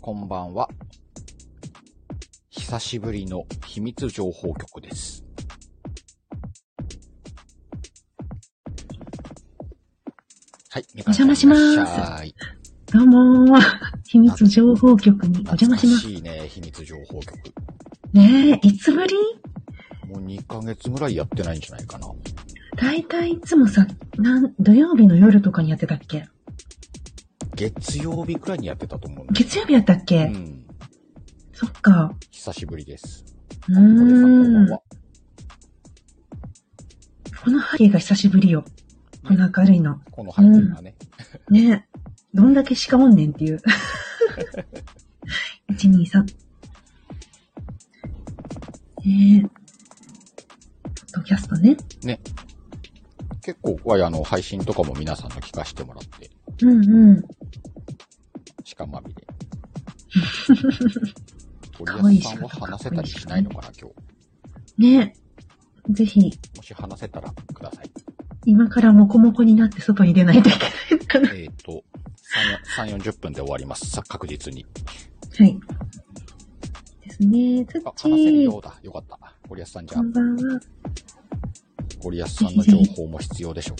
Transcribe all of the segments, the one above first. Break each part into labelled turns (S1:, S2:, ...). S1: こんばんは。久しぶりの秘密情報局です。はい、お
S2: 邪魔します
S1: い。
S2: どうもー。秘密情報局にお邪魔します。
S1: 懐かしいね、秘密情報局。
S2: ねえ、いつぶり
S1: もう2ヶ月ぐらいやってないんじゃないかな。
S2: だいたいいつもさ、なん、土曜日の夜とかにやってたっけ
S1: 月曜日くらいにやってたと思うんだ
S2: 月曜日やったっけ、
S1: うん。
S2: そっか。
S1: 久しぶりです。
S2: う
S1: 小森さんこんば
S2: ー
S1: ん
S2: ん。
S1: は。
S2: この背景が久しぶりよ。この明るいの。
S1: この配分がね、
S2: ねえ。どんだけしかおんねんっ ていう。1、2、3。ねえ。ポッドキャストね。
S1: 結構、こうあの、配信とかも皆さんの聞かせてもらって、
S2: うんうん。
S1: 鹿まみれ。
S2: かわ
S1: 鳥
S2: いい
S1: 安さんは
S2: 鹿とか
S1: 話せたりしないのかな、今
S2: ねえ。ぜひ、
S1: 日。もし話せたらください。
S2: 今からモコモコになって外に出ないといけないのかな。
S1: えっ、と、3、3 40分で終わります。さ確実に。
S2: はい。ですね。つっ
S1: あ、
S2: ち
S1: 話せる
S2: ー
S1: よ。うだ。よかった。ゴリアスさんじゃあ
S2: こん、ばんは。
S1: ゴリアスさんの情報も必要でしょう。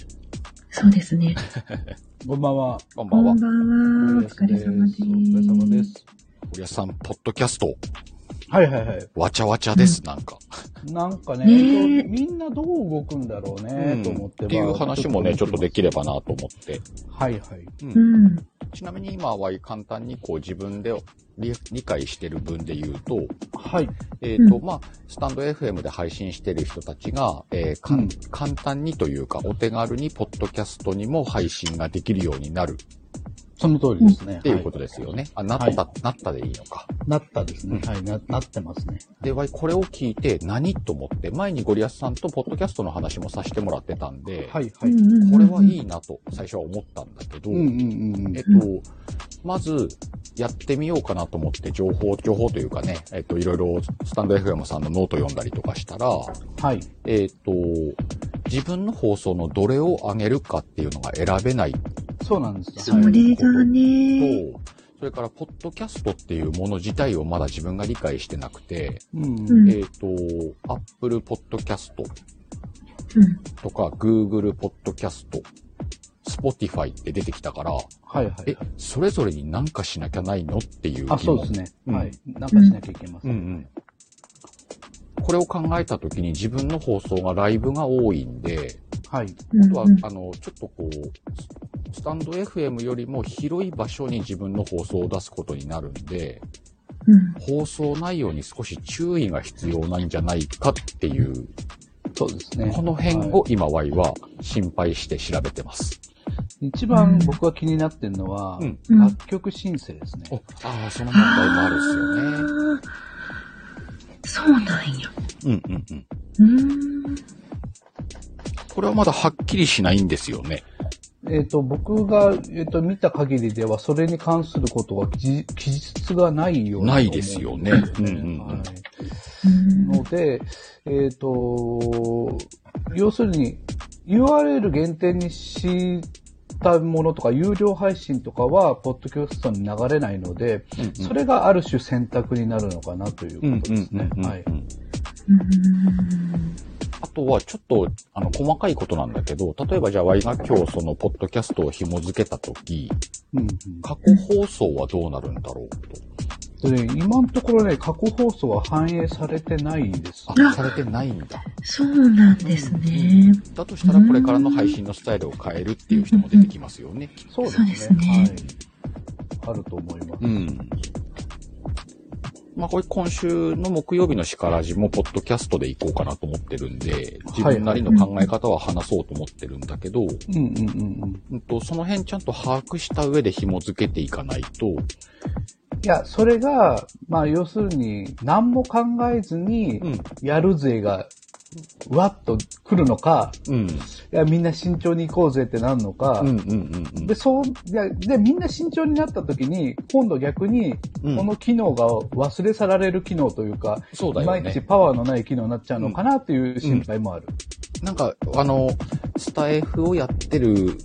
S2: そうですね。
S3: こんばんは。
S1: こんば
S2: こ
S1: んは。
S2: ん
S1: ゴ
S2: ばんは。お疲れ様です。
S3: お疲れ様で。す。
S1: リアスさん、ポッドキャスト、
S3: はいはいはい。
S1: わちゃわちゃです、なんか。
S3: なんかね、
S2: ねえ
S3: みんなどう動くんだろうね、と思って。
S1: っていう話もね、ちょっとできればなと思って。
S3: はいはい。
S2: うん。
S1: ちなみに今は簡単にこう自分で理理解してる分で言うと、
S3: はい。
S1: えっ、と、
S2: う
S1: まあ、スタンド FM で配信してる人たちが、えーかん
S3: うん
S1: 簡単にというか、お手軽にポッドキャストにも配信ができるようになる
S3: その通りですね。
S1: っていうことですよね。あ、なった、なったでいいのか。
S3: はい。なったですね。はい。な、なってますね。
S1: で、わいこれを聞いて何と思って、前にゴリアスさんとポッドキャストの話もさせてもらってたんで、
S3: はいは
S2: う
S3: い。
S2: んうんうん
S1: これはいいなと最初は思ったんだけど、
S3: うんうんうんうん
S1: えっと、まず、やってみようかなと思って、情報、情報というかね、えっと、いろいろ、スタンド FM さんのノート読んだりとかしたら、
S3: はい。
S1: えっと、自分の放送のどれを上げるかっていうのが選べないと、
S3: そうなんです
S2: そ
S3: よ。はい。
S2: れがね。
S1: それから、ポッドキャストっていうもの自体をまだ自分が理解してなくて、
S3: うん
S2: うん
S1: えっと、Apple Podcast
S2: うん。
S1: とか Google Podcast、Spotify って出てきたから、
S3: はいはいは
S1: え
S3: い。、
S1: それぞれになんかしなきゃないのっていう疑問。
S3: あ、そうですね。
S1: うん
S3: はい。なんかしなきゃいけませ。
S1: うんうんん。これを考えたときに自分の放送がライブが多いんで、
S3: はい。
S2: う
S1: あ
S2: ん
S1: とは、
S2: うん
S1: あの、ちょっとこう、ススタンド FM よりも広い場所に自分の放送を出すことになるんで、
S2: うん。
S1: 放送内容に少し注意が必要なんじゃないかっていう、
S3: そうですね。
S1: この辺
S3: はい
S1: を今ワイは心配して調べてます。
S3: 一番僕が気になってるのは
S1: うん、
S2: うん
S3: 楽曲申請ですね。
S1: お、ああ、その問題もあるっすよね。
S2: あーそうなんや。
S1: うんうんうん。
S2: うーん。
S1: これはまだはっきりしないんですよね。
S3: えっ、と、僕が、えっ、と、見た限りでは、それに関することは記、記述がないよう
S1: ないですよね
S3: うん
S1: うんうんうん
S3: はい
S2: うん
S3: ので、えっ、と、要するに、URL 限定にしたものとか、有料配信とかは、ポッドキャストに流れないので、それがある種選択になるのかなということですね。はい。
S2: うん。
S1: あとは、ちょっと、あの、細かいことなんだけど、例えばじゃあ、ワイが今日その、ポッドキャストを紐付けたとき、
S3: うんうん
S1: 過去放送はどうなるんだろうと。
S3: でね今のところね、過去放送は反映されてないです。
S1: あ、されてないんだ。
S2: そうなんですね。
S1: だとしたら、これからの配信のスタイルを変えるっていう人も出てきますよね。
S3: そうです
S2: そう
S3: ね。
S2: ですね
S3: はい。あると思います。
S1: ん。まあ、これ今週の木曜日のシカラジも、ポッドキャストでいこうかなと思ってるんで、自分なりの考え方は話そうと思ってるんだけど、
S3: うんうんうんうん。
S1: うんと、その辺ちゃんと把握した上で紐付けていかないと、
S3: いや、それが、まあ、要するに、何も考えずに、やるぜが、わっと来るのか、
S1: うん。
S3: いや、みんな慎重に行こうぜってなるのか、
S1: うんうんうんうん。
S3: で、そう、いや、で、みんな慎重になった時に、今度逆に、
S1: うん
S3: この機能が忘れ去られる機能というか、
S1: そうだ
S3: い
S1: よ
S3: ま
S1: ね
S3: いちパワーのない機能になっちゃうのかなという心配もある。
S1: なんか、あの、スタイフをやってる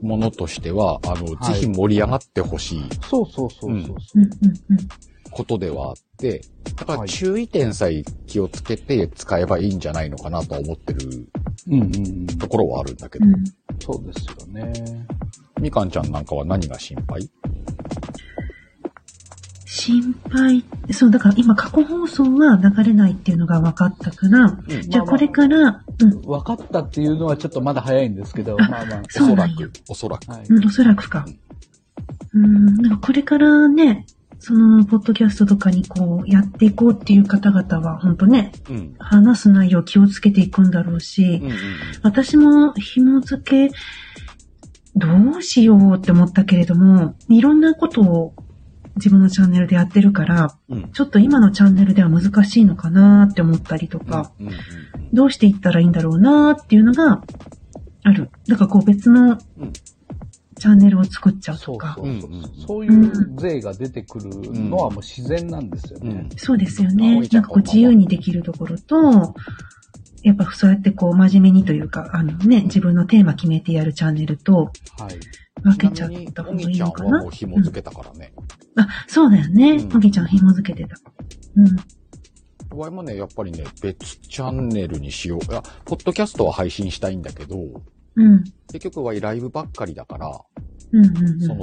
S1: ものとしては、あの、
S3: はい
S1: ぜひ盛り上がってほしい
S3: そうそうそうそうそうう。
S2: んうんうん。
S1: ことではあって、だから
S3: はい
S1: 注意点さえ気をつけて使えばいいんじゃないのかなとは思ってる
S3: うんうんうん。
S1: ところはあるんだけど
S2: う、ん。
S3: そうですよね。
S1: みかんちゃんなんかは何が心配
S2: 心配、そう、だから今過去放送は流れないっていうのが分かったから、じゃあこれから、うん、
S3: 分かったっていうのはちょっとまだ早いんですけ ど、まあまあ。
S1: お
S2: そう
S1: そら
S2: なんや
S1: く、おそらく。
S3: はい。
S2: うん、おそらくか。うん、なんかこれからね、その、ポッドキャストとかにこう、やっていこうっていう方々は、本当ね、
S1: うん。
S2: 話す内容気をつけていくんだろうし、
S1: うんうん
S2: 私も紐付け、どうしようって思ったけれども、いろんなことを自分のチャンネルでやってるから、
S1: うん。うん。
S2: ちょっと今のチャンネルでは難しいのかなって思ったりとか、
S1: うんうん
S2: どうしていったらいいんだろうなっていうのがある。だからこう別の
S1: うん
S2: チャンネルを作っちゃう
S3: そ
S2: と
S3: う
S2: か。
S3: そ
S2: そうう
S1: うん
S3: そう
S1: うんうん
S3: そういう税が出てくるのはもう自然なんですよ
S1: うんうん
S3: ね。
S2: ですよ
S1: あお
S2: ね
S1: い。ちゃ
S2: なん
S1: ん
S2: かこう自由にできるところと、やっぱそうやってこう真面目にというか、あのね、自分のテーマ決めてやるチャンネルと
S3: はい。
S2: 分け
S1: ち
S2: ちゃ
S1: な
S2: っ
S1: みに
S2: た、方
S1: お
S2: がい
S1: み
S2: い
S1: ちゃんは
S2: のかな
S1: もう。紐付けたからね。
S2: あ、そうだよね
S1: うん。
S2: おぎちゃん紐付けてた。うん。
S1: わいもね、やっぱりね、別チャンネルにしよう。いや、ポッドキャストは配信したいんだけど、
S2: うん。
S1: 結局はライブばっかりだから、
S2: うんうんうん。
S1: その、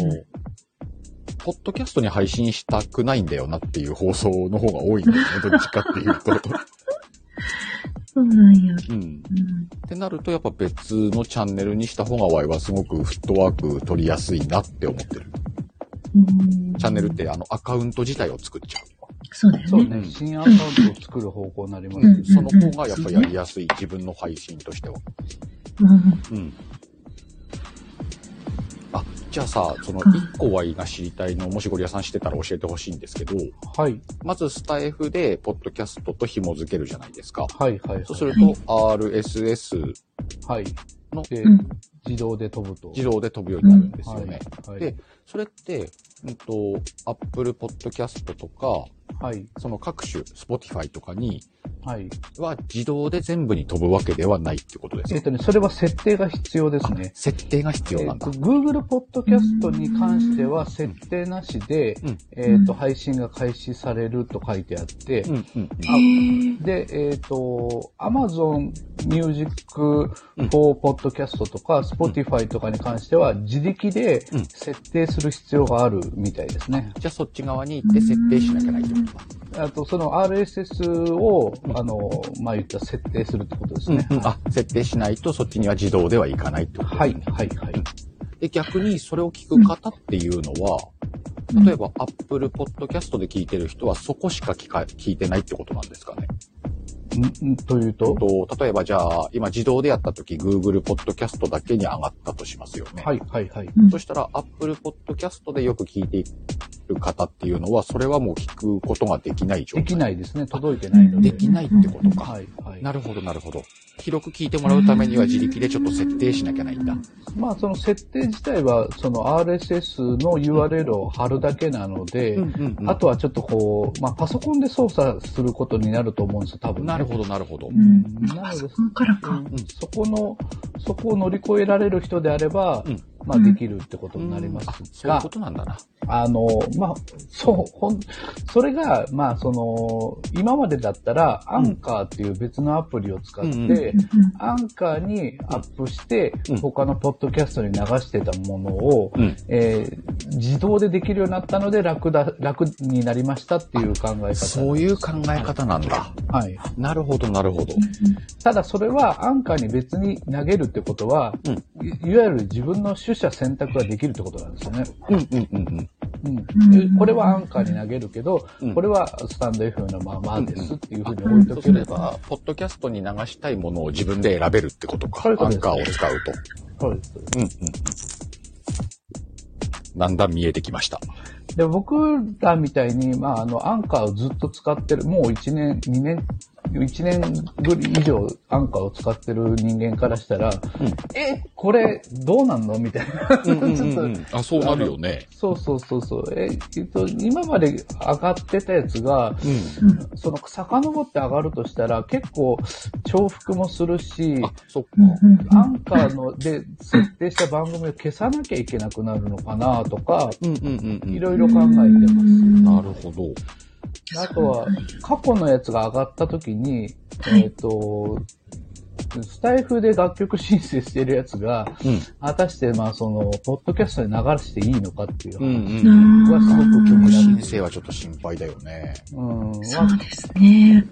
S1: ポッドキャストに配信したくないんだよなっていう放送の方が多いんだよね、どっちかっていうと。
S2: そうなんや。
S1: うん。
S2: うん。
S1: ってなると、やっぱ別のチャンネルにした方がワイはすごくフットワーク取りやすいなって思ってる。
S2: うん
S1: チャンネルっ。てあのアカウント自体を作っちゃ
S2: そうだよね。
S3: そうね。新アカウントを作る方向になり
S1: う。
S3: ますよね。
S1: その方がやっぱやりやすい、自分の配信としては。
S2: うん。
S1: うん。あ、じゃあさ、その
S2: うん
S1: 1個ワイが知りたいの、もしゴリアさん知ってたら教えてほしいんですけど、
S3: はい。
S1: まずスタイフでポッドキャストと紐付けるじゃないですか。
S3: はいはいはい。
S1: そうすると RSS
S3: はい。
S1: の
S3: で
S2: うん、
S3: 自動で飛ぶと。
S1: 自動で飛ぶようになるんですよね。
S3: はい。
S1: で、それって、うんと、Apple Podcast とか、
S3: はい。
S1: その各種 Spotify とかに
S3: はい。
S1: は自動で全部に飛ぶわけではないってことです
S3: えっ
S1: か
S3: とね、それは設定が必要ですね。
S1: 設定が必要
S3: え
S1: な
S3: っ
S1: んだ
S3: と、。Google Podcast に関しては、設定なしで、
S1: うん
S3: えっと、
S2: うん
S3: 配信が開始されると書いてあって、
S1: うんうんうん。
S2: へー
S3: で、えっ、と、Amazon Music for Podcast とか、Spotify とかに関しては、自力で
S1: うん
S3: 設定する必要があるみたいですね。
S1: じゃあそっち側に行って設定しなきゃないってことだ。
S3: あと、その RSS を
S1: う、ん
S3: あの、まあ、言ったら設定するってことです
S1: うん
S3: ね。
S1: うん、あ、設定しないとそっちには自動ではいかないってこと
S3: は
S1: で
S3: い
S1: す、ね。
S3: はい、はい。
S1: で、逆にそれを聞く方っていうのは、例えば Apple Podcast で聞いてる人はそこしか聞か聞いてないってことなんですかね。
S3: んんというと、
S1: と、例えばじゃあ、今自動でやった時 Google Podcast だけに上がったとしますよね。
S3: はい、はい、はい。
S2: うん
S1: そしたら Apple Podcast でよく聞いている方っていうのは、それはもう聞くことができない状態。
S3: できないですね。届いてないので。
S1: できないってことか。
S3: はい、はい。
S1: なるほど、なるほど。広く聞いてもらうためには自力でちょっと設定しなきゃないんだ。
S3: まあ、その設定自体は、その RSS の URL を貼るだけなので、
S1: ん
S3: あとはちょっとこう、まあ、パソコンで操作することになると思うんですよ、多分、ね。
S1: なるほど、なるほど
S3: う。
S2: うん
S3: ん。
S2: あ
S3: なの
S2: そ
S3: で、
S2: こからか。
S3: うんそこの、そこを乗り越えられる人であれば、
S1: うん
S3: まあ、できるってことになりま
S1: あ
S3: す
S1: そういう
S3: が、
S1: ことなんだな。
S3: あの、まあ、そう、ほん、それが、まあ、その、今までだったら、アンカーっていう別のアプリを使って、
S1: うんうん
S2: うん
S3: アンカーにアップして、
S1: うん
S3: 他のポッドキャストに流してたものを、
S1: うん
S3: えー自動でできるようになったので楽だ、楽になりましたっていう考え方。
S1: そういう考え方なんだ。
S3: はい。
S1: なるほど、なるほど。
S3: ただそれはアンカーに別に投げるってことは、
S1: うん
S3: いいわゆる自分の取捨選択ができるってことなんですよね。
S1: うんうんうんうん。
S3: うん
S2: うん
S3: これはアンカーに投げるけど、
S1: うん
S3: これはスタンド F のままですっていうふうに置いて
S1: そ
S3: お
S1: うす
S3: け
S1: れ
S3: れば、
S1: ば、ポッドキャストに流したいものを自分で選べるってことか。
S3: そういうこ
S1: ア
S3: と
S1: ン
S3: です
S1: カーを使うと。
S3: そうです。
S1: うんうんうん。だんだん見えてきました。
S3: で、僕らみたいに、まあ、あの、アンカーをずっと使ってる、もう1年、2年、 1年ぶり以上アンカーを使ってる人間からしたら、
S1: ん
S3: え、これどうなんのみたいな。
S1: うんうん
S3: ちょっ
S1: う
S3: と
S1: んうんあ、そうなるよね。
S3: そうそうそうそう。え、えっと、今まで上がってたやつが、
S1: うん。
S2: うん。
S3: その、遡って上がるとしたら、結構、重複もするし、
S1: あ、そっか。
S2: うんうんうん
S3: アンカーので設定した番組を消さなきゃいけなくなるのかなとか、
S1: うんうんうんうん。
S3: いろいろ考えてます。
S1: なるほど。
S3: あとは、過去のやつが上がった時に、
S2: はい
S3: えっ、と、スタイフで楽曲申請してるやつが、
S1: うん。
S3: 果たして、まあ、その、ポッドキャストに流していいのかっていう
S1: う
S3: 話。
S1: ん
S2: う
S1: うん。
S2: ん
S3: はすごく興味
S1: 人
S3: があ
S1: 生はちょっと心配だよね。
S3: る。うん。
S2: そうですね。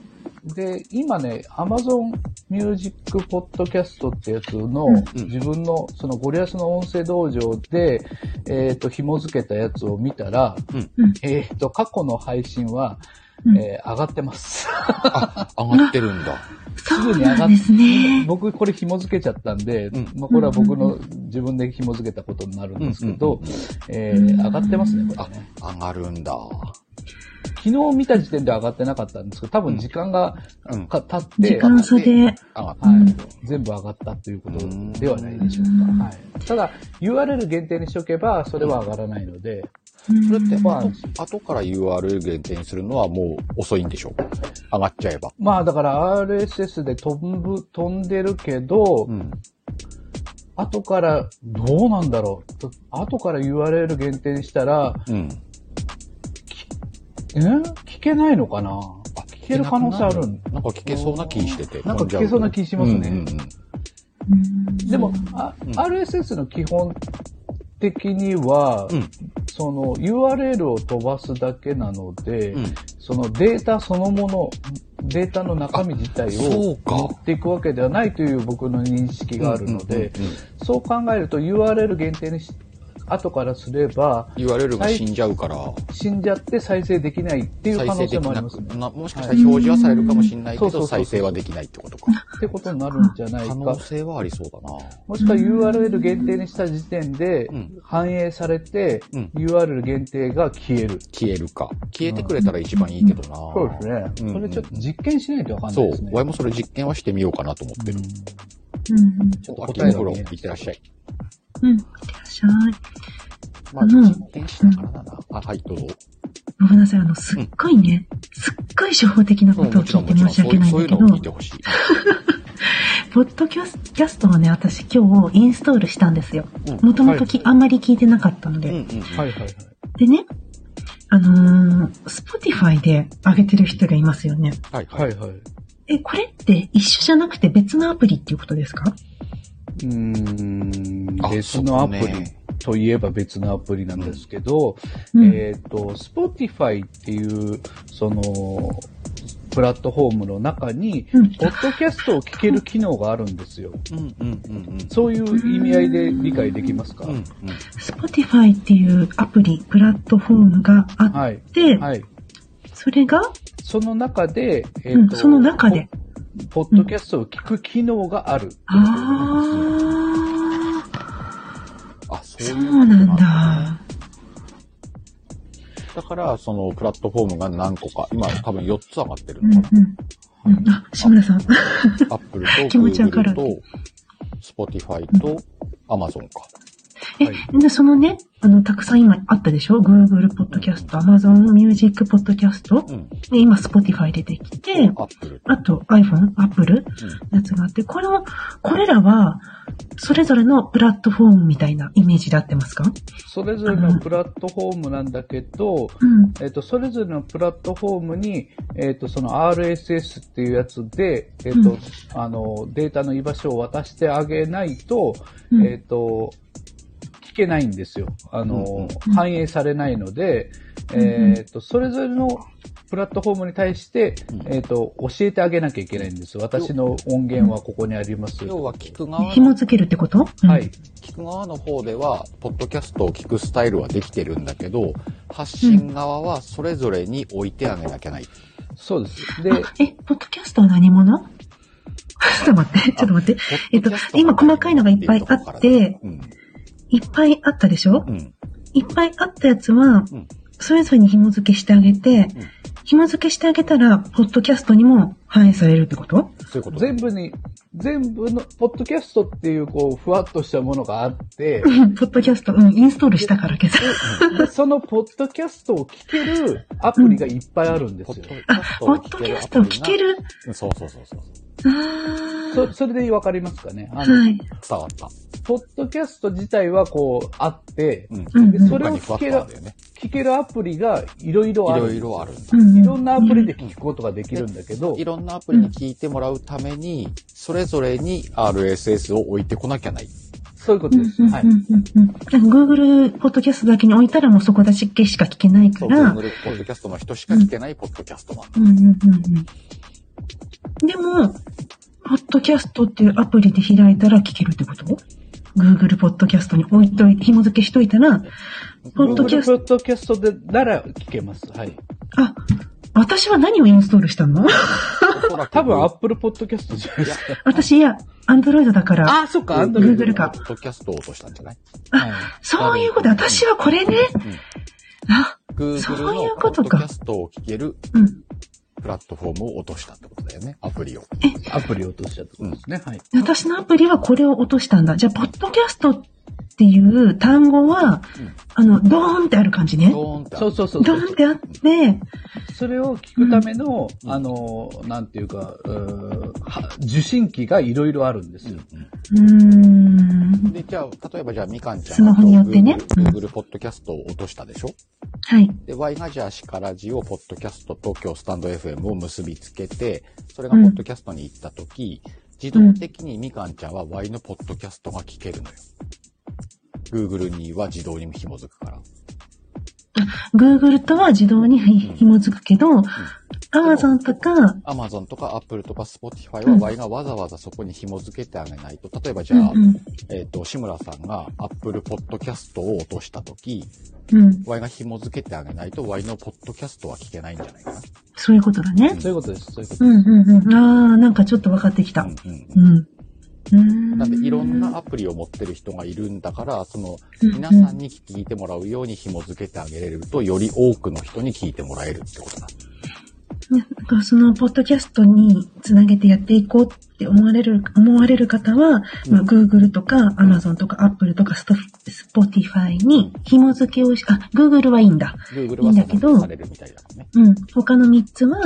S3: で、今ね、Amazon Music Podcast ってやつの、
S1: うん
S3: 自分の、そのゴリアスの音声道場で、えっ、と、紐付けたやつを見たら、
S1: うん
S2: うん
S3: えっ、と、過去の配信は、
S2: うん
S3: えー上がってます。
S1: 上がってるんだ。
S2: そうなんですね。
S3: 僕、これ紐付けちゃったんで、
S1: うん
S3: まあ、これは僕の自分で紐付けたことになるんですけど、
S1: うんうん
S3: えー上がってますね、これね。
S1: 上がるんだ。
S3: 昨日見た時点で上がってなかったんですけど、多分時間が
S1: うん。
S3: か経っ
S2: 時
S3: て、
S2: 間差で。
S1: 上がった。
S3: は
S2: う
S3: い
S2: ん、
S3: 全部上がったということではないでしょうか。はい、ただ、URL 限定にしておけば、それは上がらないので、
S1: それって、
S2: うん
S3: まあ
S1: 後後から URL 限定にするのはもう遅いんでしょう上がっちゃえば。
S3: まあだから RSS で飛ぶ、飛んでるけど、
S1: ん。
S3: 後からどうなんだろう。と後から URL 限定にしたら、
S1: うん。
S3: え聞けないのかな聞ける可能性あるん
S1: なんか聞けそうな気してて。
S3: なんか聞けそうな気しますね
S1: うんうんうん
S2: うん
S3: でも、あ
S1: うん
S3: RSS の基本的には、
S1: うん
S3: その URL を飛ばすだけなので、
S1: うん
S3: そのデータそのもの、データの中身自体
S1: あそ
S3: を
S1: うか
S3: 持っていくわけではないという僕の認識があるので
S1: うんうんうん、
S3: そう考えると URL 限定にし後からすれば、
S1: URL が死んじゃうから、
S3: 死んじゃって再生できないっていう
S1: 再
S3: 可
S1: 生
S3: 能
S1: で
S3: 性
S1: き
S3: もあり
S1: な
S3: ます
S1: く、
S3: ね。
S1: なもしかしたら表示はされるかもしれないけ
S3: そうそうそうそ
S1: ど、
S3: う
S1: 再生はできないってことか。
S3: ってことになるんじゃない
S1: 可
S3: か。
S1: 能性はありそうだな。
S3: もしくは URL 限定にした時点で
S1: うん
S3: 反映されて、
S1: うん
S3: URL 限定が消える。
S1: 消えるか。消えてくれたら一番いいけどな。
S3: そうですね。
S1: うんうん
S3: それちょっと実験しないとわかんな
S1: そ
S3: いうですね。。
S1: ワイもそれ実験はしてみようかなと思ってる。
S2: うんうん
S1: ちょっと
S3: うん
S1: 秋袋、いってらっしゃい。
S2: うん。いってらっしゃい。
S1: まあ、
S2: うん
S1: 実験しながらだな。あ、はい、どうぞ。
S2: ごめんなさい、あの、すっごいね、すっごい初歩的なことを聞いて申し
S1: そう
S2: 訳ないん
S1: そうい
S2: だ
S1: う
S2: け
S1: の
S2: ど
S1: を、聞いてほしい。
S2: ポッドキャスキャストをね、私今日インストールしたんですよ
S1: うん。
S2: もともときあんまり聞いてなかったの
S1: うんう
S2: で。
S1: んうん。
S3: はいはいはい。
S2: でね、あのー、スポティファイで上げてる人がいますよね。
S1: はい、は。
S3: はいいはい。う
S2: え、これって一緒じゃなくて別のアプリっていうことですか
S3: ーん
S1: あ
S3: 別のアプリ
S1: そうね
S3: といえば別のアプリなんですけど、
S2: うん
S3: えっ、と、Spotify っていう、その、プラットフォームの中に、
S2: うん
S3: ポッドキャストを聞ける機能があるんですよ。
S1: うんうんうんうん。
S3: そういう意味合いで理解できますか、
S1: うんうん。
S2: スポティファイっていうアプリ、プラットフォームがあ
S3: はい。
S2: って、
S3: はい。
S2: それが、
S3: その中で、え
S2: うん、その中で。
S3: ポ、ポッドキャストを聞く機能がある。
S2: ああ、
S1: あ、そうい
S2: そうう
S1: こと
S2: なん。だ。
S1: だから、そのプラットフォームが何個か、今多分4つ上がってる
S2: う
S1: の
S2: ん
S1: か
S2: う
S1: な。
S2: ん。うんあ、志村さん。
S1: アップル
S2: 気
S1: と
S2: 持 ちわかる
S1: Google と Spotify と Amazon か。
S2: え、で、そのね、あの、たくさん今あったでしょ ?Google Podcast、Amazon Music Podcast
S1: う。ん。
S2: で、今 Spotify 出てきて、
S1: アップルと。
S2: あと iPhone、Apple のやつがあって、これは、これらは、それぞれのプラットフォームみたいなイメージで合ってますか
S3: それぞれのプラットフォームなんだけど、
S2: うん。
S3: えっ、と、それぞれのプラットフォームに、えっ、と、その RSS っていうやつで、えっ、と、
S2: うん
S3: あの、データの居場所を渡してあげないと、
S2: うん
S3: えっ、と、聞けないんですよ。あの、
S2: うん
S3: 反映されないので、えっ、と、それぞれのプラットフォームに対して、
S1: うん
S3: えっ、と、教えてあげなきゃいけないんです。私の音源はここにあります。
S1: 要は聞く側
S2: 紐
S1: の、
S2: 付けるってこと
S3: はい。。
S1: 聞く側の方では、ポッドキャストを聞くスタイルはできてるんだけど、発信側はそれぞれに置いてあげなきゃない。
S3: そうです。
S2: う
S3: で
S2: ん、あ、え、ポッドキャストは何者 ちょっと待って、ちょっと待って。えっと、今細かいのがいっぱいあって、
S1: うん。
S2: いっぱいあったでしょ
S1: うん。
S2: いっぱいあったやつは
S1: うん、
S2: それぞれに紐付けしてあげて、紐付けしてあげたら、ポッドキャストにも反映されるってこと
S1: そういうこと
S3: 全部に、全部の、ポッドキャストっていう、こう、ふわっとしたものがあって
S2: う、んポッドキャスト、うん、インストールしたから今朝。
S3: でそのポッドキャストを聞けるアプリがいっぱいあるんですよ。
S2: あ、ポッドキャストを聞ける。
S1: うんそうそうそうそう。
S2: あ
S3: そ
S2: ー
S3: それでわかりますかねあの、
S2: はい。
S1: 伝わった。
S3: ポッドキャスト自体はこう、あって、
S1: うん。
S2: うん、うん。
S3: それ
S1: 他
S3: を
S1: にふわ
S3: 聞
S1: っと
S3: け
S1: ある
S3: る
S1: んだよね。
S3: 聞けるアプリがいろい
S1: い
S3: ろあるん
S1: ろ
S3: ですよ。
S1: いろあるんだ。
S2: うん
S3: いろんなアプリで聞くことができるんだけど
S1: い、ろんなアプリに聞いてもらうために、それぞれに RSS を置いてこなきゃない。
S3: そういうこ
S2: う
S3: と
S2: んう
S3: で
S2: ん
S3: す。
S2: うん
S3: はい。
S2: うんうん。Google ポッドキャストだけに置いたらもうそこだけしか聞けない
S1: そ
S2: か
S1: う、
S2: ら。
S1: Google ポッドキャストの人しか聞けないポッドキャストマン。
S2: うんうんうんうん。でも、ポッドキャストっていうアプリで開いたら聞けるってこと ?Google ポッドキャストに置いといて、紐付けしといたら、ポッドキャ
S3: Google
S2: ス
S3: ポ
S2: ト、
S3: ッドキャストでなら聞けます。はい。
S2: あ、私は何をインストールし たの
S1: おそらく
S3: 多分 Apple ポッドキャストじゃないですか。
S2: 私、いや、Android だから。
S3: あ、そっか、
S1: Google
S3: Android
S2: Google か
S1: ポッドキャストを落としたんじゃない
S3: はい
S2: そういうこと、私はこれね。あ、
S1: ?Google
S2: そういう
S1: のポ
S2: こ
S1: ッド
S2: と
S1: キ
S2: か
S1: ャストを聞ける
S2: うん。
S1: プラットフォームを落としたってことだよね。アプリを。
S3: アプリを落としちゃったことですね。はい。
S2: 私のアプリはこれを落としたんだ。じゃあ、ポッドキャストっていう単語は、
S1: うん
S2: あの、ドーンってある感じね。
S1: ドーンってある。
S3: そうそうそう。
S2: ドーンってあって、
S3: それを聞くための、
S1: うん
S3: あの、なんていうか、うーは受信機がいろいろあるんですよ。
S2: うーん。
S1: で、じゃあ、例えばじゃあ、みかんちゃん
S2: スマホによってねうん
S1: Google ポッドキャストを落としたでしょ
S2: はい。
S1: で、Y がじゃあ、シカラジをポッドキャストと今日スタンド FM を結びつけて、それがポッドキャストに行ったとき、自動的にみかんちゃんは Y のポッドキャストが聞けるのよ。Google には自動に紐づくから。
S2: Google とは自動にひ紐づくけど、Amazon とか、
S1: Amazon とか Apple とか Spotify
S2: う
S1: は
S2: ん
S1: Y がわざわざそこに紐づけてあげないと。例えばじ
S2: う
S1: ゃ
S2: ん
S1: あ、えっ、と、志村さんが Apple ポッドキャストを落としたとき、
S2: うん、うん。
S1: Y が紐づけてあげないと Y のポッドキャストは聞けないんじゃないかな。
S2: そういうことだね。
S3: そういうことです。そういうこと
S2: う
S3: で
S2: ん、うん、うん。あー、なんかちょっと分かってきた。
S1: うんうん
S2: うん。うーん。
S1: なんでいろんなアプリを持ってる人がいるんだから、その
S2: うん
S1: 皆さんに聞いてもらうように紐付けてあげれると、より多くの人に聞いてもらえるってことだ。
S2: なんかその、ポッドキャストにつなげてやっていこうって思われる、思われる方は、まあ、Google とか Amazon とか Apple とか Spotify に紐付けをし、あ、Google はいいんだ。
S1: Google はそのされるみたいだもんね。
S2: うん。他の3つは、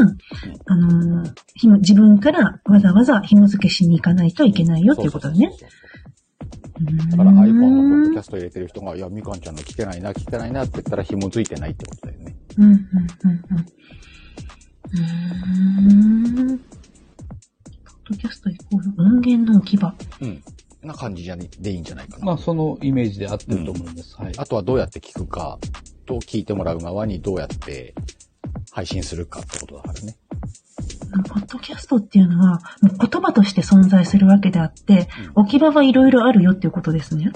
S2: あのーひも自分からわざわざ紐付けしに行かないといけないよっていうことだね。
S1: そうそうそうそうだ
S2: だ
S1: から iPhone のポッドキャスト入れてる人が、いや、みかんちゃんの聞けないな、聞けないなって言ったら紐付いてないってことだよね。
S2: うん、うん、うん、うん。うーん。ポッドキャストイコール音源の置き場。
S1: うん。な感じじゃねでいいんじゃないか
S3: す。
S1: な。
S3: まあ、そのイメージで合ってると思います。はい。
S1: あとはどうやって聞くか、と聞いてもらう側にどうやって配信するかってことだからね。
S2: ポッドキャストっていうのは、もう言葉として存在するわけであって、
S1: う
S2: 置き場はいろいろあるよっていうことですね。ん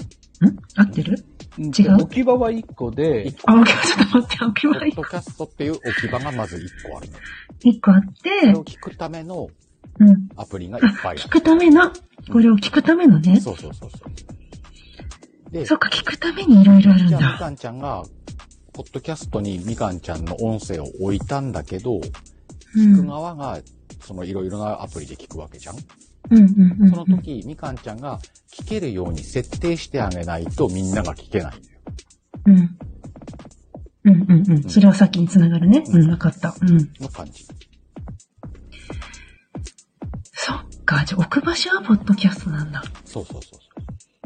S2: 合ってる
S3: うん
S2: 違う
S3: 置き場は1個で、
S2: あ、置き場、ちょっと待って、置き
S1: ポ
S2: 場
S1: ッドキャストっていう置き場がまず1個あるの。
S2: 一個あっ
S1: それ
S2: て
S1: を、聞くための
S2: うん。
S1: アプリがいっ
S2: あ、
S1: ぱい
S2: 聞
S1: あ
S2: くための、これを聞くためのね
S1: る。。そうそうそうそう。で、じ
S2: そっか、聞くためにいろいろあるん
S1: ゃあみ
S2: だ。
S1: かんちゃんが、ポッドキャストにみかんちゃんの音声を置いたんだけど、
S2: う
S1: 聞く
S2: ん。うん
S1: 側が、そのいろいろなアプリで聞くわけじゃん。
S2: うんうん
S1: その時、みかんちゃんが聞けるように設定してあげないとみんなが聞けないんだよ。
S2: うん。うん。うんうんうん。それはさっきにつながるね。うん、わかった。うん。
S1: の感じ。
S2: そっか、じゃあ置く場所はポッドキャストなんだ。
S1: そうそうそうそう。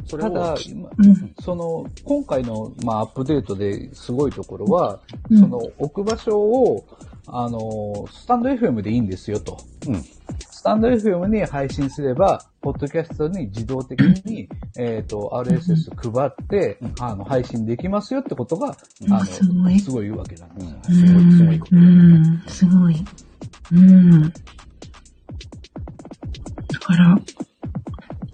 S1: それ
S3: ただ
S1: を、、
S3: 今
S2: うん。
S3: その、今回の、まあ、アップデートですごいところは、
S2: うん
S3: その、置く場所を、あの、スタンド FM でいいんですよと。
S1: うん。
S3: スタンド FM に配信すれば、ポッドキャストに自動的に、えっ、と、RSS 配って、あの、配信できますよってことが、あの、
S2: すごい
S3: すごいわけなんですよ。
S1: うんすごいすごいこと
S2: う
S1: だよね
S2: ん、すごい。うん。だから、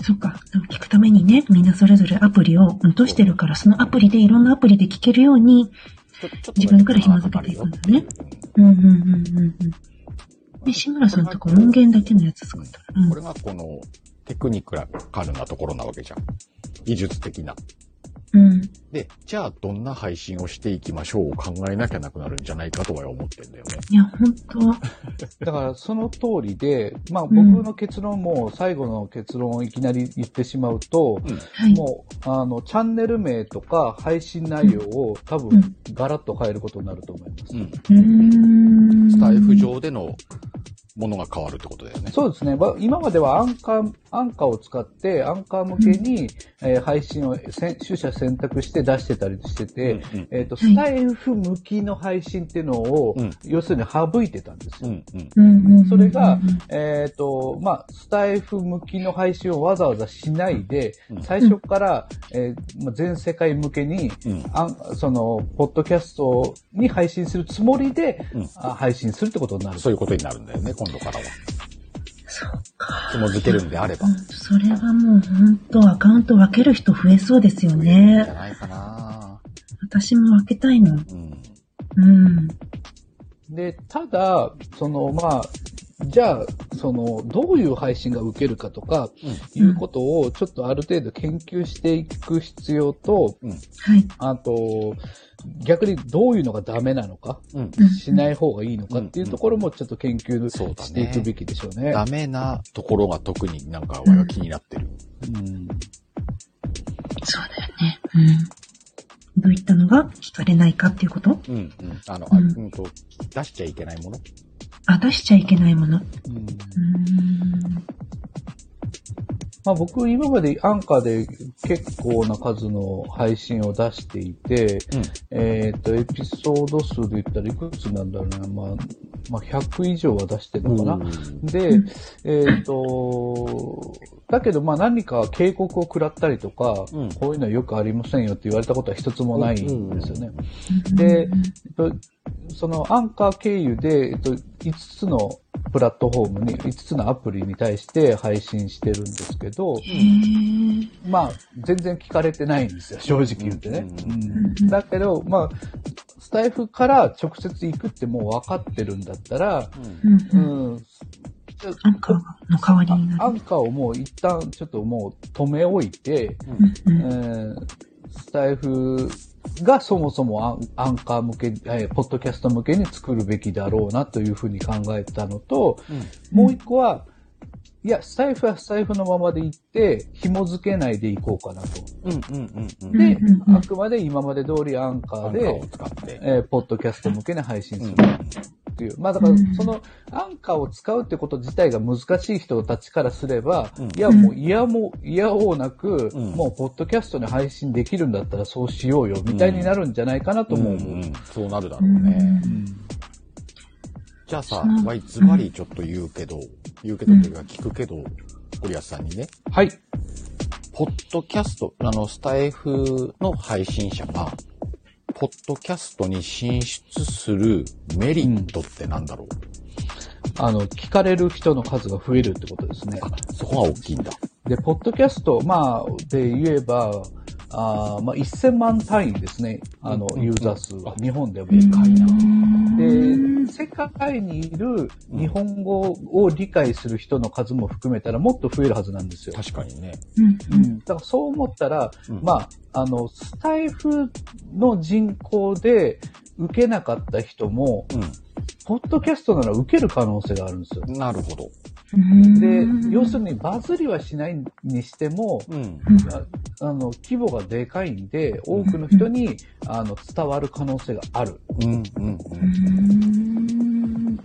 S2: そっか、聞くためにね、みんなそれぞれアプリを落としてるから、そのアプリでいろんなアプリで聞けるように、
S1: ちょちょっとだけ
S2: 自分から紐付けていくんだね。うんうんうんうんうん。で、志村さんとか音源だけのやつ作ったから。
S1: これがこのテクニカルなところなわけじゃん。技術的な。
S2: うん。
S1: で、じゃあどんな配信をしていきましょうを考えなきゃなくなるんじゃないかとは思ってんだよね。
S2: いや、本当
S3: だからその通りで、まあ僕
S2: うん
S3: の結論も最後の結論をいきなり言ってしまうと、
S1: うん。
S2: はい。
S3: もう、あの、チャンネル名とか配信内容を多
S2: う
S3: 分
S2: ん、
S3: ガラッと変えることになると思います。
S1: うん。
S2: うーん。
S1: スタイフ上でのものが変わるってことだよね。
S3: そうですね。ま今まではアンカー、アンカーを使って、アンカー向けに、えー配信をせん取捨選択して出してたりしてて、
S1: うんうん
S3: えっ、と、
S2: はい
S3: スタイフ向きの配信っていうのを、
S1: うん
S3: 要するに省いてたんですよ。
S1: うんうん。
S2: うんうんうんうん。
S3: それが、えっ、と、まあ、スタイフ向きの配信をわざわざしないで
S1: うん、
S3: 最初から、えーまあ全世界向けに、
S1: うん。
S3: あんその、ポッドキャストに配信するつもりで、
S1: うん
S3: あ配信するってことになる。
S1: そういうことになるんだよね、今度からは。
S2: そうか。
S1: 紐づけるんであれば。
S2: うんそれはもう本当アカウント分ける人増えそうですよ
S1: じゃ
S2: ね。
S1: ないかな
S2: 私も分けたいもん。
S1: うん。
S2: うん。
S3: で、ただ、その、まあ、じゃあ、その、どういう配信が受けるかとか、いうことを、ちょっとある程度研究していく必要と、
S1: うん。
S2: はい。
S3: あと、逆にどういうのがダメなのか、
S1: うん。
S2: うん
S3: しない方がいいのかっていうところもちょっと研究
S1: そうだね
S3: していくべきでしょうね。
S1: ダメなところが特になんか俺は気になってる。
S3: うん
S2: そうだよね。うん。どういったのが聞かれないかっていうこと
S1: うん。うん。あの、あ
S2: うん
S1: うんと、出しちゃいけないもの。
S2: あ、出しちゃいけないもの。う
S3: うん
S2: ーん。
S3: まあ、僕今までアンカーで結構な数の配信を出していて、
S1: うん。
S3: えっ、と、エピソード数で言ったらいくつなんだろうな、まあ、まあ、100以上は出してるのかな。で
S2: うん、
S3: えっ、と、だけど、まあ何か警告を食らったりとか、
S1: うん
S3: こういうのはよくありませんよって言われたことは一つもないんですよね。
S2: う
S3: で
S2: ん、
S3: えっと、そのアンカー経由で、えっと、5つのプラットフォームに、5つのアプリに対して配信してるんですけど、
S2: へー
S3: まあ、全然聞かれてないんですよ、正直言ってね。
S1: うん
S3: うんだけど、まあ、スタイフから直接行くってもう分かってるんだったら、
S1: うん
S2: うん
S3: う
S2: うん。
S3: ん、
S2: アンカーの代わりに
S3: あ
S2: な
S3: ア
S2: る。
S3: ンカーをもう一旦ちょっともう止め置いて、
S1: うん
S2: う
S3: うんん、スタイフがそもそもアンアンカー向け、えーポッドキャスト向けに作るべきだろうなというふうに考えたのと、もう一個は、いや、スタイフはスタイフのままで行って、紐付けないでいこうかなと。
S1: うんうんうんうん。
S2: ん
S3: で
S2: うん、うん
S3: あくまで今まで通りアンカ
S1: アン
S3: ー
S1: カー
S3: で
S1: を、使って。
S3: えーポッドキャスト向けに配信
S1: う
S3: する
S1: ん。
S3: っていう。まあだから
S2: うん、
S3: その、アンカーを使うってこと自体が難しい人たちからすれば、
S1: うん
S3: いやもう、いやもう、いやおうなく、
S1: うん
S3: もう、ポッドキャストに配信できるんだったらそうしようよ、みたいになるんじゃないかなと
S1: うん
S3: 思う。
S1: うん。そうなるだ
S2: う
S1: ろうね。
S2: ん。
S1: じゃあさ
S2: そう、
S1: ワイズバリちょっと言うけど、言うけどというか聞くけど、ゴリアスさんにね、
S3: はい。
S1: ポッドキャスト、あの、スタイフの配信者が、ポッドキャストに進出するメリットってなんだろう、
S3: あの、聞かれる人の数が増えるってことですね。
S1: あ、そこが大きいんだ。
S3: で、ポッドキャスト、まあ、で言えば、あーまあ、1000万単位ですね。あの
S1: う、んうん
S3: ユーザー数は。日本でも。
S1: かいな。
S3: で、世界にいる日本語を理解する人の数も含めたらもっと増えるはずなんですよ。
S1: 確かにね。
S2: うん
S3: うん、だからそう思ったら、
S1: うん
S3: まあ、あの、スタイフの人口で受けなかった人も、ポッドキャストなら受ける可能性があるんですよ
S1: う。ん。なるほど。
S2: うん
S3: で、要するにバズりはしないにしても、
S1: うん。
S3: ああの、規模がでかいんで、多くの人に、あの、伝わる可能性がある。
S1: うん、うん、
S2: うん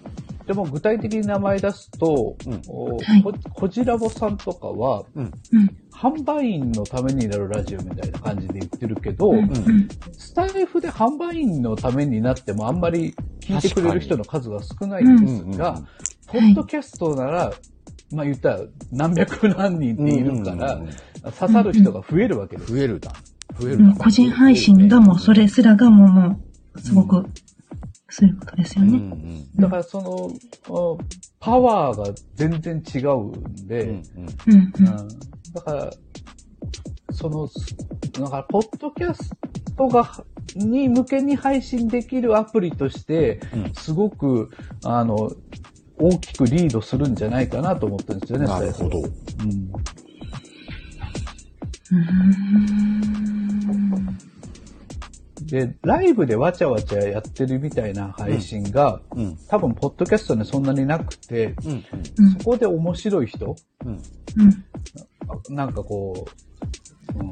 S3: でも具体的に名前出すと、
S1: うん
S3: お
S2: はい
S3: ここじらぼさんとかは、
S1: うん。
S2: うん
S3: 販売員のためになるラジオみたいな感じで言ってるけど、
S2: うん
S1: うん。
S3: スタイフで販売員のためになってもあんまり聞いてくれる人の数が少ないんですが、ポ
S2: うんうん
S3: ッドキャストなら、まあ言ったら何百何人っているから、刺さる人が増えるわけです。
S1: 増えるだ。増え
S2: う
S1: る
S2: ん
S1: だ。
S2: 個人配信がもう、それすらがもう、もう、すご
S3: う
S2: く、そういうことですよ
S1: うんう
S2: ね。
S1: ん。
S3: だからその、あパワーが全然違うんで、
S1: うんうん
S2: うん。う
S3: うんんだから、その、すだから、ポッドキャストが、に向けに配信できるアプリとして、
S1: うん
S3: すごく、あの、大きくリードするんじゃないかなと思ったんですよね、
S1: なるほど。
S3: 最初。うん
S2: うーんうん
S3: で、ライブでわちゃわちゃやってるみたいな配信が、
S1: うん。
S3: 多分、ポッドキャストにそんなになくて、
S1: うん。
S2: うん
S3: そこで面白い人
S1: うん。
S2: うん
S3: なんかこう、う